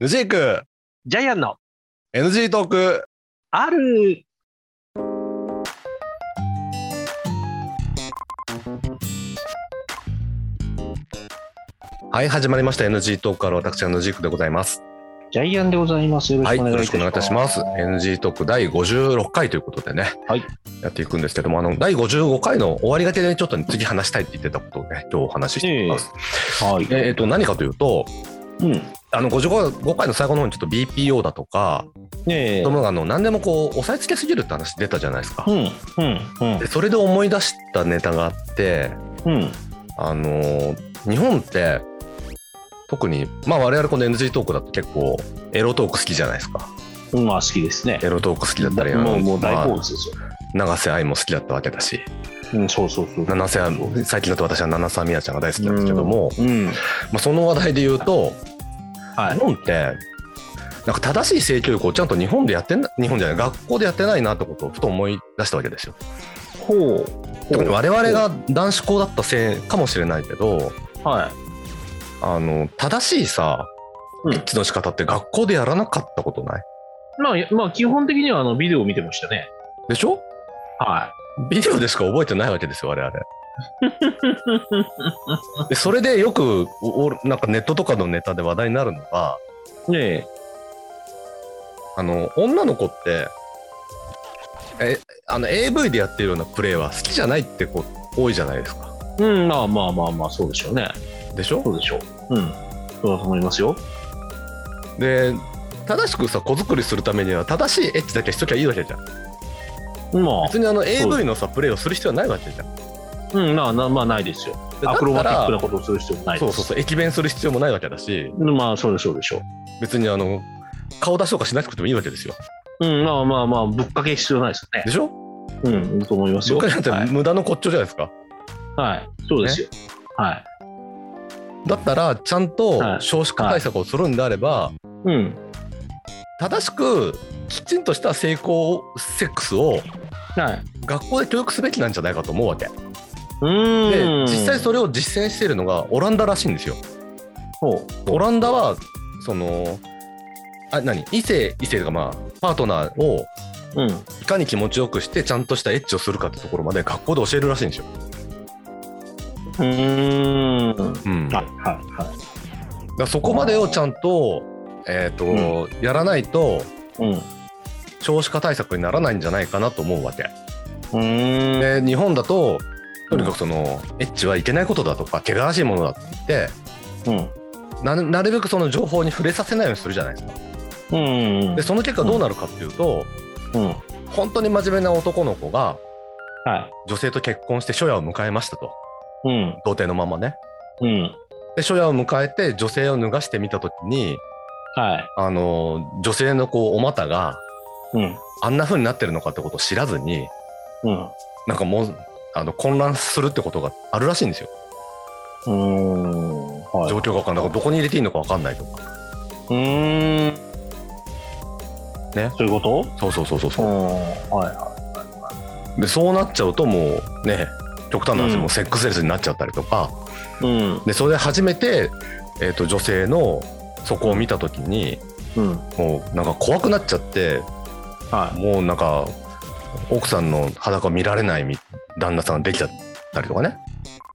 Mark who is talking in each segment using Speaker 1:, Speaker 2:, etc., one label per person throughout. Speaker 1: ヌジーク
Speaker 2: ジャイアンの
Speaker 1: NG トーク
Speaker 2: ある
Speaker 1: はい始まりました NG トークから私はヌジークでございます
Speaker 2: ジャイアンでございます。よろ
Speaker 1: は
Speaker 2: し
Speaker 1: い
Speaker 2: くお
Speaker 1: よろ
Speaker 2: 願いいた
Speaker 1: しくお願いいた
Speaker 2: し
Speaker 1: し
Speaker 2: ま。
Speaker 1: ますす NG トーク第56回ということでね、
Speaker 2: はい
Speaker 1: やっていくんですけどもあの第55回の終わりがけでちょっとね次話したいって言ってたことをね今日お話ししていきます、
Speaker 2: はい。
Speaker 1: でえっと何かというと
Speaker 2: うん。
Speaker 1: あの55回の最後の方にちょっと BPO だとか、
Speaker 2: ねえ。
Speaker 1: そのあの何でもこう押さえつけすぎるって話出たじゃないですか、
Speaker 2: うん。うん。
Speaker 1: でそれで思い出したネタがあって
Speaker 2: うん。うん。
Speaker 1: あのー日本って特にまあ我々この NG トークだと結構エロトーク好きじゃないですか
Speaker 2: うん。まあ好きですね。
Speaker 1: エロトーク好きだったりあ
Speaker 2: も
Speaker 1: の
Speaker 2: う、もう大好
Speaker 1: ま
Speaker 2: 物ですよ。
Speaker 1: あ永瀬愛も好きだったわけだし
Speaker 2: うん、そうそうそう。
Speaker 1: 七瀬愛最近だと私は七瀬美也ちゃんが大好きなんですけども、
Speaker 2: うん。
Speaker 1: まあ、その話題で言うと
Speaker 2: は
Speaker 1: 日
Speaker 2: い。
Speaker 1: 本ってなんか正しい性教育をちゃんと日本でやってな日本じゃない学校でやってないなってことをふと思い出したわけですよ。
Speaker 2: ほう。
Speaker 1: 特に我々が男子校だったせいかもしれないけど
Speaker 2: は
Speaker 1: あの正しいさ
Speaker 2: うん
Speaker 1: エッチの仕方って学校でやらなかったことない
Speaker 2: い。まあ、まあ、基本的にはあのビデオを見てましたね。
Speaker 1: でしょ
Speaker 2: は
Speaker 1: ビデオでしか覚えてないわけですよ我 々でそれでよくおおなんかネットとかのネタで話題になるのが
Speaker 2: い。ねえ。
Speaker 1: あの女の子ってえあの AV でやってるようなプレイは好きじゃないって子多いじゃないですか
Speaker 2: うん、まあまあまあまあ、そうでしょうね。
Speaker 1: でしょ
Speaker 2: そうでしょう。うん。そうだと思いますよ。
Speaker 1: で正しくさ子作りするためには正しいエッチだけしときゃいいわけじゃん
Speaker 2: まあ
Speaker 1: 別、にあの
Speaker 2: す
Speaker 1: AV のさプレイをする必要はないわけじゃん
Speaker 2: うん、まあ、なまあ、ないですよ。
Speaker 1: で
Speaker 2: アクロバティック
Speaker 1: だ
Speaker 2: な
Speaker 1: っ
Speaker 2: ことをする必要もな
Speaker 1: たら
Speaker 2: い
Speaker 1: そ
Speaker 2: で
Speaker 1: う
Speaker 2: す。
Speaker 1: そうそう駅弁する必要もないわけだし
Speaker 2: まあ、そうでしょうでしょう。
Speaker 1: 別にあの顔出しとかしなくてもいいわけですよ
Speaker 2: うん、まあまあまあ、ぶっかけ必要ないですよね
Speaker 1: で。しょ
Speaker 2: うん、いいと思います
Speaker 1: そ
Speaker 2: よ。
Speaker 1: っからだ
Speaker 2: は
Speaker 1: って
Speaker 2: い、
Speaker 1: 無駄の骨頂じゃないですか、
Speaker 2: はい、そうですよ。はい。
Speaker 1: だったらちゃん
Speaker 2: は
Speaker 1: と
Speaker 2: い
Speaker 1: 少子化対策をするんであれば、
Speaker 2: うん、
Speaker 1: 正しくきちんとした成功セックスを
Speaker 2: はい。
Speaker 1: 学校で教育すべきなんじゃないかと思うわけ
Speaker 2: う
Speaker 1: で
Speaker 2: ーん。
Speaker 1: 実際それを実践しているのがオランダらしいんですよ
Speaker 2: ほ
Speaker 1: オランダはそのあ何異性異性がまあパートナーを
Speaker 2: う。うん。
Speaker 1: いかに気持ちよくしてちゃんとしたエッチをするかってところまで学校で教えるらしいんですよ、
Speaker 2: うーん。はい、
Speaker 1: うん、だ
Speaker 2: は
Speaker 1: か
Speaker 2: い、はい
Speaker 1: らそこまでをちゃんと,、えーとやらないと。
Speaker 2: うん。う
Speaker 1: 少子化対策にならないんじゃないかなと思うわけ
Speaker 2: ーん。
Speaker 1: で日本だととにかくそのエッチはいけないことだとか汚らしいものだって言って
Speaker 2: うん。
Speaker 1: ななるべくその情報に触れさせないようにするじゃないですか
Speaker 2: うん。
Speaker 1: でその結果どうなるかっていうと、
Speaker 2: うん。
Speaker 1: 本当に真面目な男の子が
Speaker 2: はい。
Speaker 1: 女性と結婚して初夜を迎えましたと
Speaker 2: うん。
Speaker 1: 童貞のままね
Speaker 2: うん。
Speaker 1: で初夜を迎えて女性を脱がしてみた時に
Speaker 2: はい。
Speaker 1: あの女性のこうお股が
Speaker 2: うん。
Speaker 1: あんな風になってるのかってことを知らずに
Speaker 2: うん。
Speaker 1: なんかもうあの混乱するってことがあるらしいんですよ
Speaker 2: うーん。はい。
Speaker 1: 状況が分かんないどこに入れていいのか分かんないとか
Speaker 2: うーん。
Speaker 1: ね
Speaker 2: そういうこ
Speaker 1: そうそうそうそう
Speaker 2: とう
Speaker 1: そ
Speaker 2: ー。
Speaker 1: うん
Speaker 2: は
Speaker 1: でそうなっちゃうともうね極端な話、
Speaker 2: うん
Speaker 1: もうセックスレスになっちゃったりとか
Speaker 2: い。うん。
Speaker 1: でそれで初めて、えー、と女性のそこを見た時に
Speaker 2: うん。
Speaker 1: もうなんか怖くなっちゃって
Speaker 2: は
Speaker 1: もうなんか奥さんの裸を見られないみ旦那さんができちゃったりとかね、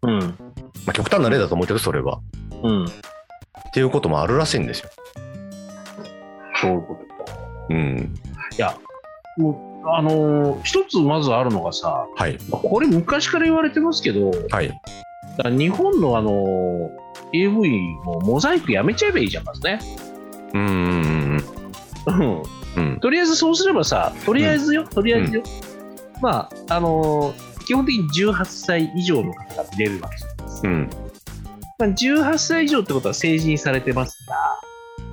Speaker 2: い。うん。
Speaker 1: まあ、極端な例だと思うけどそれは
Speaker 2: うん。
Speaker 1: っていうこともあるらしいんですよ。
Speaker 2: そういうこと。
Speaker 1: うん、
Speaker 2: もうあのー一つまずあるのがさ
Speaker 1: はい
Speaker 2: これ昔から言われてますけど
Speaker 1: はい
Speaker 2: だから日本のあのー AV もモザイクやめちゃえばいいじゃんまずね、
Speaker 1: うんうんうん
Speaker 2: うん、
Speaker 1: うん
Speaker 2: とりあえずそうすればさとりあえずよ、とりあえずよ、まああのー基本的に18歳以上の方が見れるわけです、
Speaker 1: うん
Speaker 2: まあ、18歳以上ってことは成人されてます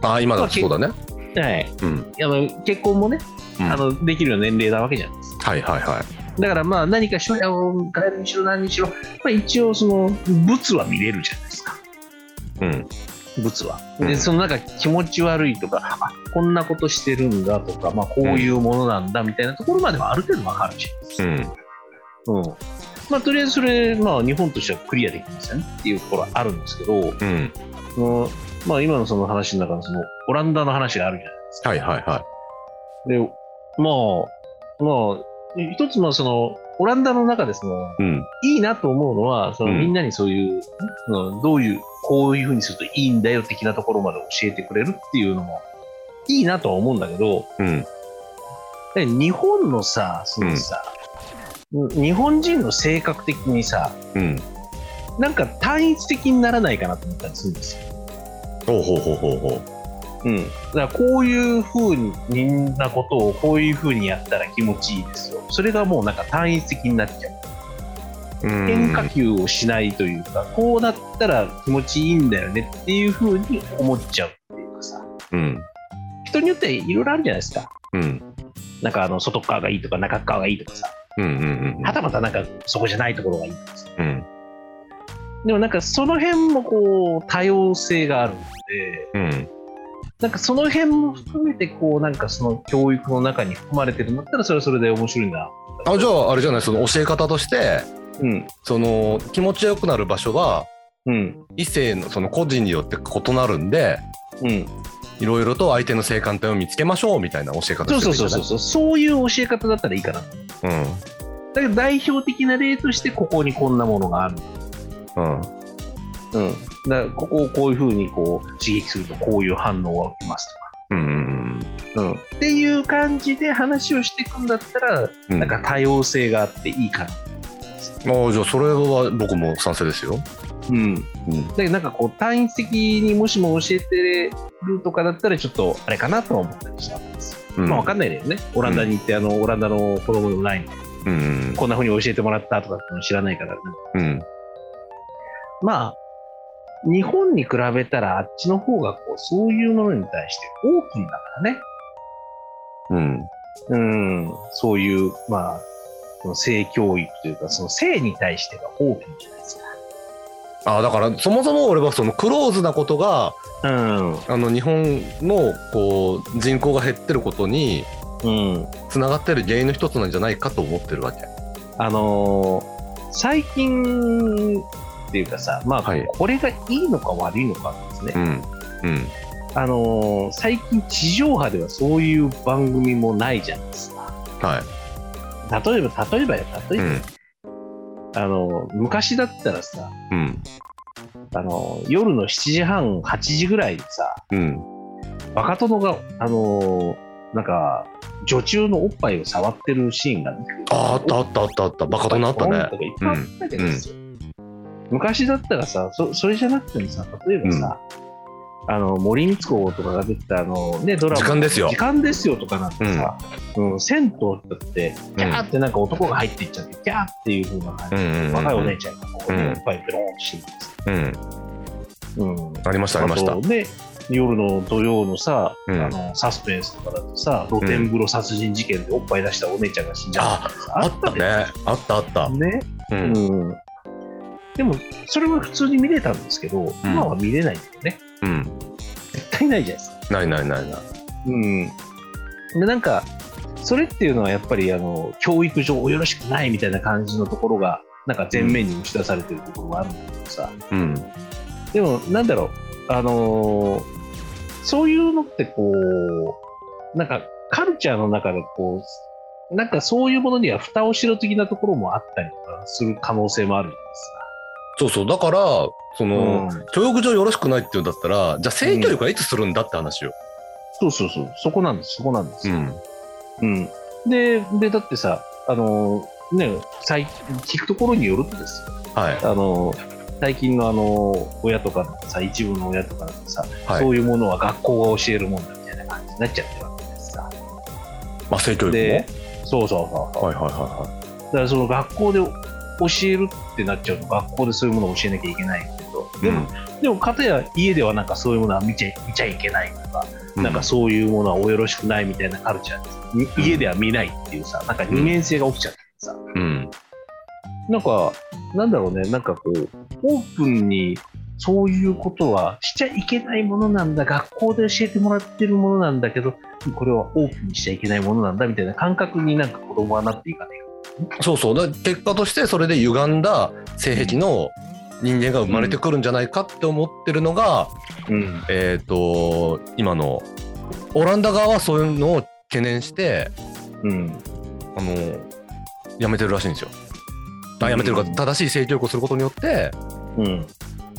Speaker 2: か
Speaker 1: ああ今だとそうだね。
Speaker 2: ら、はい、
Speaker 1: うん
Speaker 2: あの結婚もね、
Speaker 1: うん
Speaker 2: あのできるような年齢なわけじゃないですか
Speaker 1: はいはいはい。
Speaker 2: だからまあ何か書屋を変えるにしろ何にしろ、まあ、一応その物は見れるじゃないですか
Speaker 1: うん
Speaker 2: 物は。
Speaker 1: う
Speaker 2: で
Speaker 1: ん
Speaker 2: そのなんか気持ち悪いとかあこんなことしてるんだとか、まあ、こういうものなんだみたいなところまではある程度わかるじゃないです
Speaker 1: うん
Speaker 2: か。うんまあ、とりあえずそれ、まあ、日本としてはクリアできましたねっていうところはあるんですけど
Speaker 1: うん
Speaker 2: そのまあ今のその話の中のそのオランダの話があるじゃないですか。
Speaker 1: はいはいは
Speaker 2: で、まあ、まあ、い一つまあその、オランダの中でその、
Speaker 1: い。うん。
Speaker 2: いいなと思うのは、その
Speaker 1: うん
Speaker 2: みんなにそういう、そのどういう、こういうふうにするといいんだよ的なところまで教えてくれるっていうのも、いいなとは思うんだけど、
Speaker 1: うん。
Speaker 2: で日本のさ、そのさ、日本人の性格的にさ、
Speaker 1: うん。
Speaker 2: なんか単一的にならないかなと思ったりするんですよ。
Speaker 1: ほうほうほうほうほ
Speaker 2: うん。だからこういうふうに、みんなことをこういうふうにやったら気持ちいいですよ。それがもうなんか単一的になっちゃう。
Speaker 1: う。うん
Speaker 2: 変化球をしないというか、こうなったら気持ちいいんだよねっていうふうに思っちゃうっていうかさ
Speaker 1: うん。
Speaker 2: 人によっていろいろあるじゃないですか
Speaker 1: うん。
Speaker 2: なんかあの外側がいいとか中側がいいとかさ
Speaker 1: うんうんうん
Speaker 2: はたまたなんかそこじゃないところがいいとかさ
Speaker 1: うん。
Speaker 2: でもなんかその辺もこう多様性があるので
Speaker 1: うん。
Speaker 2: なんかその辺も含めてこうなんかその教育の中に含まれてるんだったらそれはそれで面白いな
Speaker 1: あ、じゃあ、あれじゃない、その教え方として、
Speaker 2: うん
Speaker 1: その気持ちよくなる場所は、
Speaker 2: うん
Speaker 1: 異性のその個人によって異なるんで、
Speaker 2: うん
Speaker 1: いろいろと相手の性感帯を見つけましょうみたいな教え方
Speaker 2: そう
Speaker 1: してる
Speaker 2: そう
Speaker 1: んじ
Speaker 2: そ
Speaker 1: ゃな
Speaker 2: う
Speaker 1: い
Speaker 2: そうそうそういう教え方だったらいいかなだけど代表的な例としてここにこんなものがある、
Speaker 1: うん。うん。
Speaker 2: うん、だからここをこういうふうにこう刺激するとこういう反応が起きます
Speaker 1: うん
Speaker 2: とか、うん、っていう感じで話をしていくんだったら、
Speaker 1: うんうん。
Speaker 2: なんか多様性があっていいかな、
Speaker 1: ああじゃあそれは僕も賛成ですよ。
Speaker 2: うん、だ
Speaker 1: うん。
Speaker 2: けどなんかこう単一的にもしも教えてるとかだったらちょっとあれかなとは思ったりしたんです、
Speaker 1: うん
Speaker 2: まあ分かんないですねオランダに行ってあのオランダの子供でもないの
Speaker 1: うん
Speaker 2: こんなふうに教えてもらったとかっていうの知らないから、
Speaker 1: うん。
Speaker 2: まあ、日本に比べたらあっちの方がこうそういうものに対してオープンだからね。
Speaker 1: うん。
Speaker 2: うん、そういう、まあ、その性教育というか、その性に対してがオープンじゃないです
Speaker 1: ああだからそもそも俺はそのクローズなことが
Speaker 2: か。
Speaker 1: あの日本のこう人口が減ってることに
Speaker 2: うん。うん。
Speaker 1: つながってる原因の一つなんじゃないかと思ってるわけ。
Speaker 2: あのー最近っていうかさ、まあ、
Speaker 1: はい
Speaker 2: これがいいのか悪いのかですね。
Speaker 1: んうん
Speaker 2: あのー最近地上波ではそういう番組もないじゃないですか。
Speaker 1: は
Speaker 2: 例えば、例えばよ、例
Speaker 1: い。
Speaker 2: えば、
Speaker 1: ん
Speaker 2: あのー昔だったらさ、
Speaker 1: うん
Speaker 2: あの夜の7時半、8時ぐらいにさ、
Speaker 1: うん
Speaker 2: バカ殿が、あのなんか、女中のおっぱいを触ってるシーンがね、
Speaker 1: あーあったあったあったあったバカとなった
Speaker 2: ポン
Speaker 1: ね
Speaker 2: と。かいっぱいあったけどさ昔だったらさそ、それじゃなくてもさ、例えばさ、あの森光子とかが出てたあの、ね、ドラマ
Speaker 1: 時間ですよ
Speaker 2: 時間ですよとかなんてさ、うん銭湯だって、キャーってなんか男が入っていっちゃって、キャーっていう風な感
Speaker 1: う
Speaker 2: じ
Speaker 1: んうんうん
Speaker 2: で、若いお姉ちゃんがこう、
Speaker 1: うん
Speaker 2: おっぱいペローンとしてるんです
Speaker 1: うん
Speaker 2: ようん
Speaker 1: ありましたありました。
Speaker 2: あとね、夜の土曜のさ、
Speaker 1: うん
Speaker 2: あのサスペンスとかだとさ、露天風呂殺人事件でおっぱい出したお姉ちゃんが死んじゃったとかさ
Speaker 1: あったねあったあった。
Speaker 2: ね、
Speaker 1: う
Speaker 2: うんんでも、それは普通に見れたんですけど、今は見れないんだよね。
Speaker 1: うん
Speaker 2: 絶対ないじゃないですか。
Speaker 1: ないないないない。
Speaker 2: うん。で、なんか、それっていうのはやっぱり、あの、教育上よろしくないみたいな感じのところが、なんか前面に押し出されてるところがあるんだけどさ、
Speaker 1: うん
Speaker 2: でも、なんだろう、あのーそういうのってこう、なんかカルチャーの中でこう、なんかそういうものには蓋をしろ的なところもあったりとかする可能性もあるじ
Speaker 1: そうそうだからそ
Speaker 2: ゃ
Speaker 1: の。
Speaker 2: ないですか。うん、
Speaker 1: 教育上よろしくないっていうんだったら、じゃあ性教育はいつするんだって話よ。
Speaker 2: そうそうそう、そこなんです、そこなんです。
Speaker 1: ん。
Speaker 2: うんでで、だってさ、あのーね、最聞くところによるとですよ
Speaker 1: はい。
Speaker 2: あのー最近のあのー親とかのさ、一部の親とかのさ、
Speaker 1: はい
Speaker 2: そういうものは学校が教えるもんだみたいな感じになっちゃってるわけですさ。
Speaker 1: まあ性教育
Speaker 2: で
Speaker 1: も。、
Speaker 2: そうそうそうそう。
Speaker 1: はいはいは
Speaker 2: だからその学校で教えるってなっちゃうと、学校でそういうものを教えなきゃいけないけど、
Speaker 1: い
Speaker 2: で
Speaker 1: は
Speaker 2: も、でも、かたや家ではなんかそういうものは見ちゃ見ちゃいけないとか、
Speaker 1: い。
Speaker 2: なんかそういうものはおよろしくないみたいなカルチャーです、家では見ないっていうさ、なんか二面性が起きちゃってさ、
Speaker 1: うん。
Speaker 2: なんか、なんだろうね、なんかこう、オープンにそういうことはしちゃいけないものなんだ、学校で教えてもらってるものなんだけど、これはオープンにしちゃいけないものなんだみたいな感覚になんか子供はなっていかない
Speaker 1: そうそう。だから結果としてそれで歪んだ性癖の人間が生まれてくるんじゃないかって思ってるのが、
Speaker 2: うん。
Speaker 1: えっ、と今のオランダ側はそういうのを懸念して
Speaker 2: うん。
Speaker 1: あのやめてるらしいんですよ。あやめてるか
Speaker 2: うん
Speaker 1: 正しい性教育をすることによって、
Speaker 2: うん。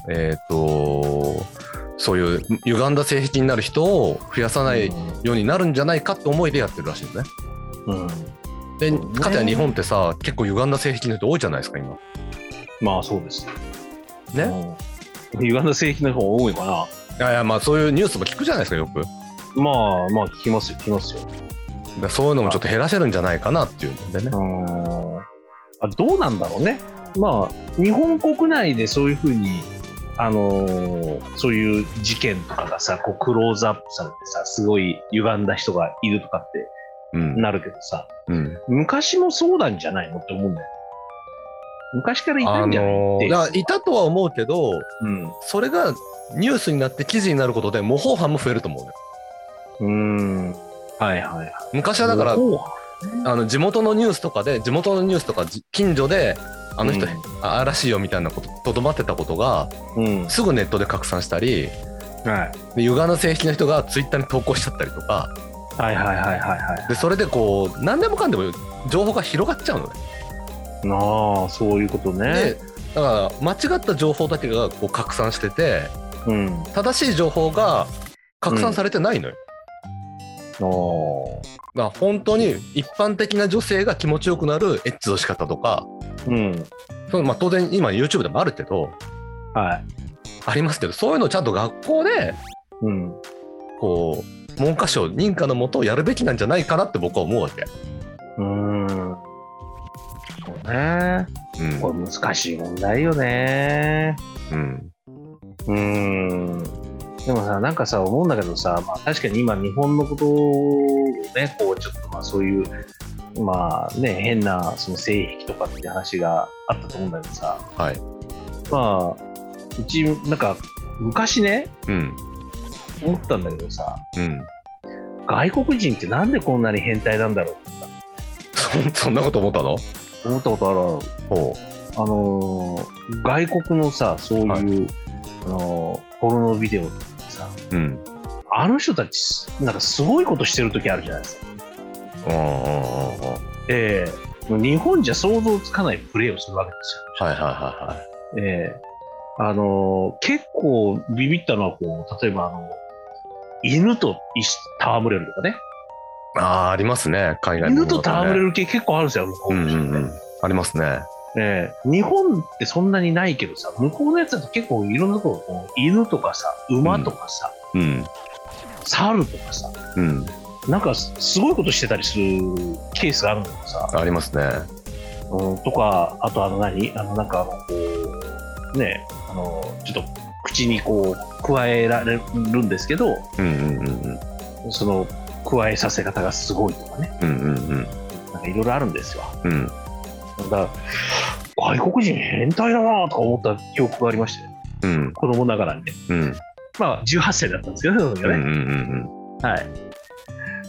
Speaker 1: えっとそういう歪んだ性癖になる人を増やさないようになるんじゃないかって思いでやってるらしいんですね。
Speaker 2: うん。
Speaker 1: で
Speaker 2: そうね
Speaker 1: かつては日本ってさ結構歪んだ性癖の人多いじゃないですか今。
Speaker 2: まあ、そうです。
Speaker 1: ね、
Speaker 2: うん。歪んだ性癖の方が多いかな。
Speaker 1: いやいやまあそういうニュースも聞くじゃないですかよく。だか
Speaker 2: まあまあ聞きますよ聞きますよ。
Speaker 1: らそういうのもちょっと減らせるんじゃないかなっていうのでね
Speaker 2: う。ーんあどうなんだろうね。まあ日本国内でそういうふうにあのーそういう事件とかがさこうクローズアップされてさすごい歪んだ人がいるとかって
Speaker 1: うん
Speaker 2: なるけどさ
Speaker 1: うん
Speaker 2: 昔もそうなんじゃないのって思うんだよ。昔からいた
Speaker 1: あ
Speaker 2: んじゃない、
Speaker 1: の
Speaker 2: って
Speaker 1: ーいやいたとは思うけどそれがニュースになって記事になることで模倣犯も増えると思うね
Speaker 2: うん。うーん。はいはいはい。
Speaker 1: 昔はだから
Speaker 2: おう
Speaker 1: あの地元のニュースとかで地元のニュースとかじ近所であの人、
Speaker 2: うん
Speaker 1: あらしいよみたいなこととどまってたことが
Speaker 2: うん。
Speaker 1: すぐネットで拡散したり
Speaker 2: はい。
Speaker 1: で歪んだ性癖の人がツイッターに投稿しちゃったりとか
Speaker 2: はいはいはいはいはい。
Speaker 1: でそれでこう何でもかんでも情報が広がっちゃうのね。
Speaker 2: なあそういうことね。
Speaker 1: でだから間違った情報だけがこう拡散してて
Speaker 2: うん。
Speaker 1: 正しい情報が拡散されてないのよ。
Speaker 2: お
Speaker 1: だから本当に一般的な女性が気持ちよくなるエッチの仕方とか
Speaker 2: うん。
Speaker 1: そのまあ当然今 YouTube でもあるけど
Speaker 2: はい。
Speaker 1: ありますけどそういうのをちゃんと学校で
Speaker 2: うん。
Speaker 1: こう文科省認可のもとやるべきなんじゃないかなって僕は思うわけ、
Speaker 2: うーん。そうね。
Speaker 1: うん
Speaker 2: これ難しい問題よね。
Speaker 1: うん
Speaker 2: うーん。でもさ、なんかさ、思うんだけどさ、まあ、確かに今、日本のことをね、こう、ちょっとまあ、そういう、まあね、変な、その性癖とかって話があったと思うんだけどさ、
Speaker 1: はい
Speaker 2: まあ、うち、なんか、昔ね、
Speaker 1: うん
Speaker 2: 思ったんだけどさ、
Speaker 1: うん
Speaker 2: 外国人ってなんでこんなに変態なんだろうってさ
Speaker 1: そそん なこと思ったの
Speaker 2: 思ったことあるある。
Speaker 1: ほ
Speaker 2: あのー外国のさ、そういう、
Speaker 1: はい
Speaker 2: あのーポルノビデオとかさ、
Speaker 1: ううん
Speaker 2: あの人たち、すなんかすごいことしてる時あるじゃないですか。
Speaker 1: あああああ
Speaker 2: ええもう日本じゃ想像つかないプレーをするわけで
Speaker 1: あはいはいはいはい
Speaker 2: すよ。ええあのー結構ビビったのはこう、例えばあの、犬と一緒に戯れるとかね。
Speaker 1: ああーありますね海外のも
Speaker 2: 犬
Speaker 1: の
Speaker 2: と
Speaker 1: だね
Speaker 2: 戯れる系結構あるんですよ、向こ
Speaker 1: う
Speaker 2: うの
Speaker 1: ん
Speaker 2: 人
Speaker 1: うん
Speaker 2: ね
Speaker 1: うんありますね
Speaker 2: ええ日本ってそんなにないけどさ、向こうのやつだと結構いろんなところ、こう犬とかさ、馬とかさ、
Speaker 1: うん
Speaker 2: 猿とかさ、
Speaker 1: うん
Speaker 2: なんかすすごいことしてたりするケースがあるんだけどさ、
Speaker 1: ありますね
Speaker 2: うん、とか、あとあの何あのなんかあのこう、ね、あの、ちょっと口にこう、加えられるんですけど、
Speaker 1: うんうんうんうん
Speaker 2: その、加えさせ方がすごいとかね、
Speaker 1: うんうんうん
Speaker 2: なんかいろいろあるんですよ。
Speaker 1: うん
Speaker 2: だから、外国人変態だなとか思った記憶がありましたよ、
Speaker 1: うん
Speaker 2: 子供ながらにね。
Speaker 1: うん
Speaker 2: まあ、18歳だったんですけどね、その時
Speaker 1: うん
Speaker 2: は
Speaker 1: う
Speaker 2: ね。
Speaker 1: んうん
Speaker 2: はい。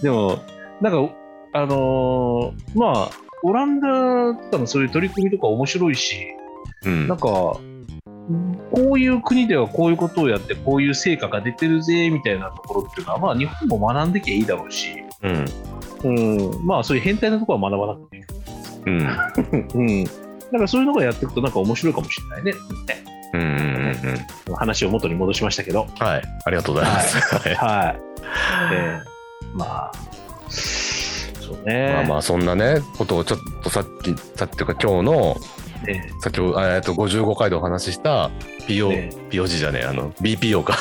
Speaker 2: でも、なんか、あのーまあ、オランダとかのそういう取り組みとか面白いし、
Speaker 1: うん
Speaker 2: なんか、こういう国ではこういうことをやって、こういう成果が出てるぜ、みたいなところっていうのは、まあ、日本も学んできゃいいだろうし、
Speaker 1: うん
Speaker 2: うん、まあ、そういう変態なところは学ばなくてい
Speaker 1: うん
Speaker 2: い。うん。なんかそういうのがやっていくと、なんか面白いかもしれないね。ね
Speaker 1: うんうんうんうん
Speaker 2: 話を元に戻しましたけど、
Speaker 1: はい、ありがとうございます。はい
Speaker 2: はい。えーまあ、そうね。
Speaker 1: まあまあそんなねことをちょっとさっきさっきというか今日の
Speaker 2: ね
Speaker 1: 先ほどえっと55回でお話しした PO、
Speaker 2: ね
Speaker 1: POG じゃねえあの BPO か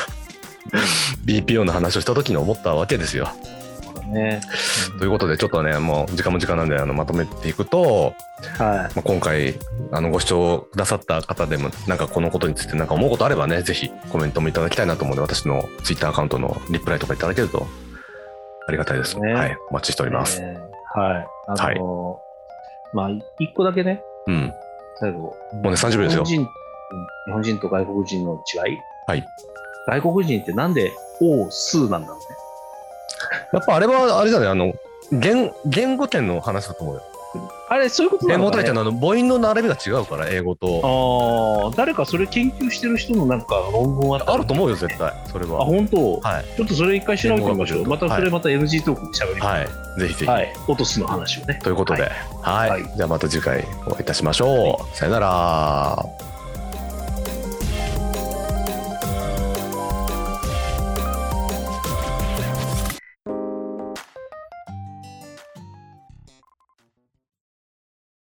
Speaker 1: BPO の話をした時に思ったわけですよ。
Speaker 2: そうだね。
Speaker 1: ということでちょっとねもう時間も時間なんであのまとめていくと、
Speaker 2: は
Speaker 1: まあ、今回あのご視聴くださった方でもなんかこのことについてなんか思うことあればねぜひコメントもいただきたいなと思うので私の Twitter アカウントのリプライとかいただけるとありがたいです。
Speaker 2: ね
Speaker 1: はい、お待ちしてお
Speaker 2: い。
Speaker 1: ります。
Speaker 2: えーはい。あのーまあ、一個だけね、
Speaker 1: うん、
Speaker 2: 最後。
Speaker 1: もうね30秒ですよ
Speaker 2: 日本。人うん日本人と外国人の違い、
Speaker 1: はい、
Speaker 2: 外国人ってなんで王数なんだろうね。
Speaker 1: やっぱあれはあれじゃないあの言言語圏の話だと思うよ。
Speaker 2: くる。あれ、そういうこと
Speaker 1: 英
Speaker 2: な
Speaker 1: 語
Speaker 2: の
Speaker 1: と
Speaker 2: か、
Speaker 1: はちゃ
Speaker 2: ね
Speaker 1: ん、のあの母音の並びが違うから、英語と。
Speaker 2: ああ、誰かそれ研究してる人のなんか論文あった
Speaker 1: あると思うよ、絶対。それ
Speaker 2: あ、
Speaker 1: は。
Speaker 2: 本当、
Speaker 1: はい。
Speaker 2: ちょっとそれ一回調べてみましょう。
Speaker 1: 言語
Speaker 2: ま
Speaker 1: 学と
Speaker 2: たそれまた NG トークで喋りましょ
Speaker 1: はい。ぜひぜ
Speaker 2: う。
Speaker 1: ひ。
Speaker 2: はい。落とすの話をね。
Speaker 1: ということで、はい。
Speaker 2: は
Speaker 1: じゃあまた次回お会いいたしましょう。さよなら。